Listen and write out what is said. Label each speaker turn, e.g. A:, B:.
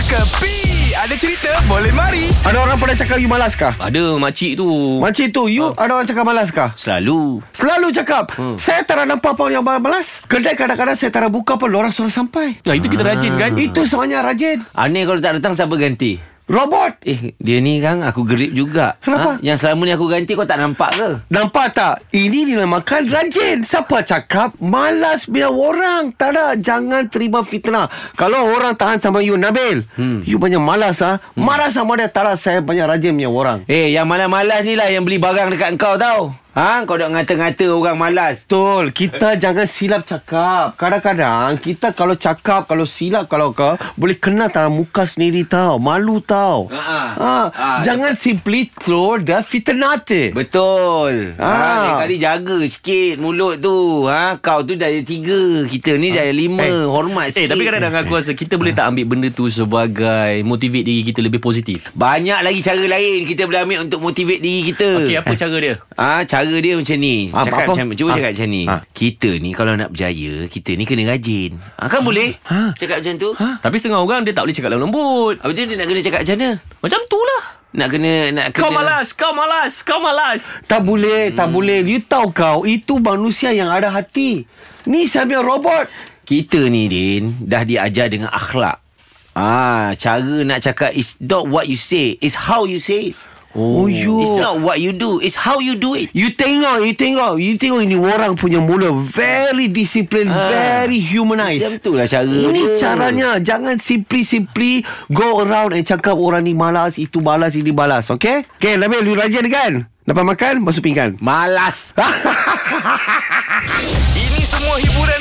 A: Kepi Ada cerita boleh mari
B: Ada orang pernah cakap you malas kah?
C: Ada makcik tu
B: Macam tu you
D: Ah.
B: ada orang cakap malas kah?
C: Selalu
B: Selalu cakap hmm. Saya tak nak nampak pun yang malas Kedai kadang-kadang saya tak nak buka pun Orang suruh sampai Ah.
D: Nah, itu kita rajin kan?
B: Itu sebenarnya rajin
C: Aneh kalau tak datang siapa ganti
B: Robot
C: Eh dia ni kan aku gerip juga Ha?
B: Kenapa?
C: Yang selama ni aku ganti kau tak nampak ke?
B: Nampak tak? Ini dinamakan rajin. Siapa cakap malas biar orang? Tak ada. Jangan terima fitnah. Kalau orang tahan sama you, Nabil. Hmm. You banyak malas ah. Hmm. Marah sama dia. Tak ada saya banyak rajin punya orang.
C: Eh yang malas-malas ni lah yang beli barang dekat kau tau Ha? Kau dok ngata-ngata orang malas
B: Betul. Kita jangan silap cakap. Kadang-kadang kita kalau cakap, kalau silap, kalau kau boleh kena tanah muka sendiri tau. Malu tau.
C: Ha-ha.
B: Ha.
C: Ha,
B: Jangan simply throw the fitnah.
C: Betul ha.
B: Ah.
C: ha lain kali jaga sikit mulut tu ha? Kau tu daya tiga Kita ni daya lima
B: Eh.
C: Hormat
D: Eh,
C: sikit
D: tapi kadang-kadang aku rasa kita boleh tak ambil benda tu sebagai motivate diri kita lebih positif.
C: Banyak lagi cara lain Kita boleh ambil untuk motivate diri kita
D: Okey, apa cara dia?
C: Ah, cara dia macam ni.
B: Apa,
C: Apa, cakap
B: apa?
C: apa? macam cuba
B: Ah.
C: cakap macam ni.
B: Ah.
C: Kita ni kalau nak berjaya, kita ni kena rajin. Ah, kan boleh? Ha? Cakap macam tu. Ha?
D: Tapi setengah orang dia tak boleh cakap lembut.
C: Apa tu dia nak kena cakap macam mana?
D: Macam tu lah.
C: Nak kena nak kena
D: Kau malas, kau malas, kau malas.
B: Tak boleh,
C: Hmm.
B: tak boleh. You tahu kau, itu manusia yang ada hati. Ni saya punya robot.
C: Kita ni Din dah diajar dengan akhlak. Ah, cara nak cakap is not what you say, is how you say it.
B: Oh, you.
C: It's not what you do, it's how you do it.
B: You tengok, you tengok, you tengok ini orang punya mula very disciplined,
C: Ah.
B: very
C: Macam
B: humanized.
C: tu lah cara
B: Ini
C: dia.
B: caranya Jangan simply-simply Go around and cakap Orang ni malas Itu balas Ini balas Okay Okay Nabil you rajin kan Dapat makan Masuk pinggan
C: Malas.
A: Ini semua hiburan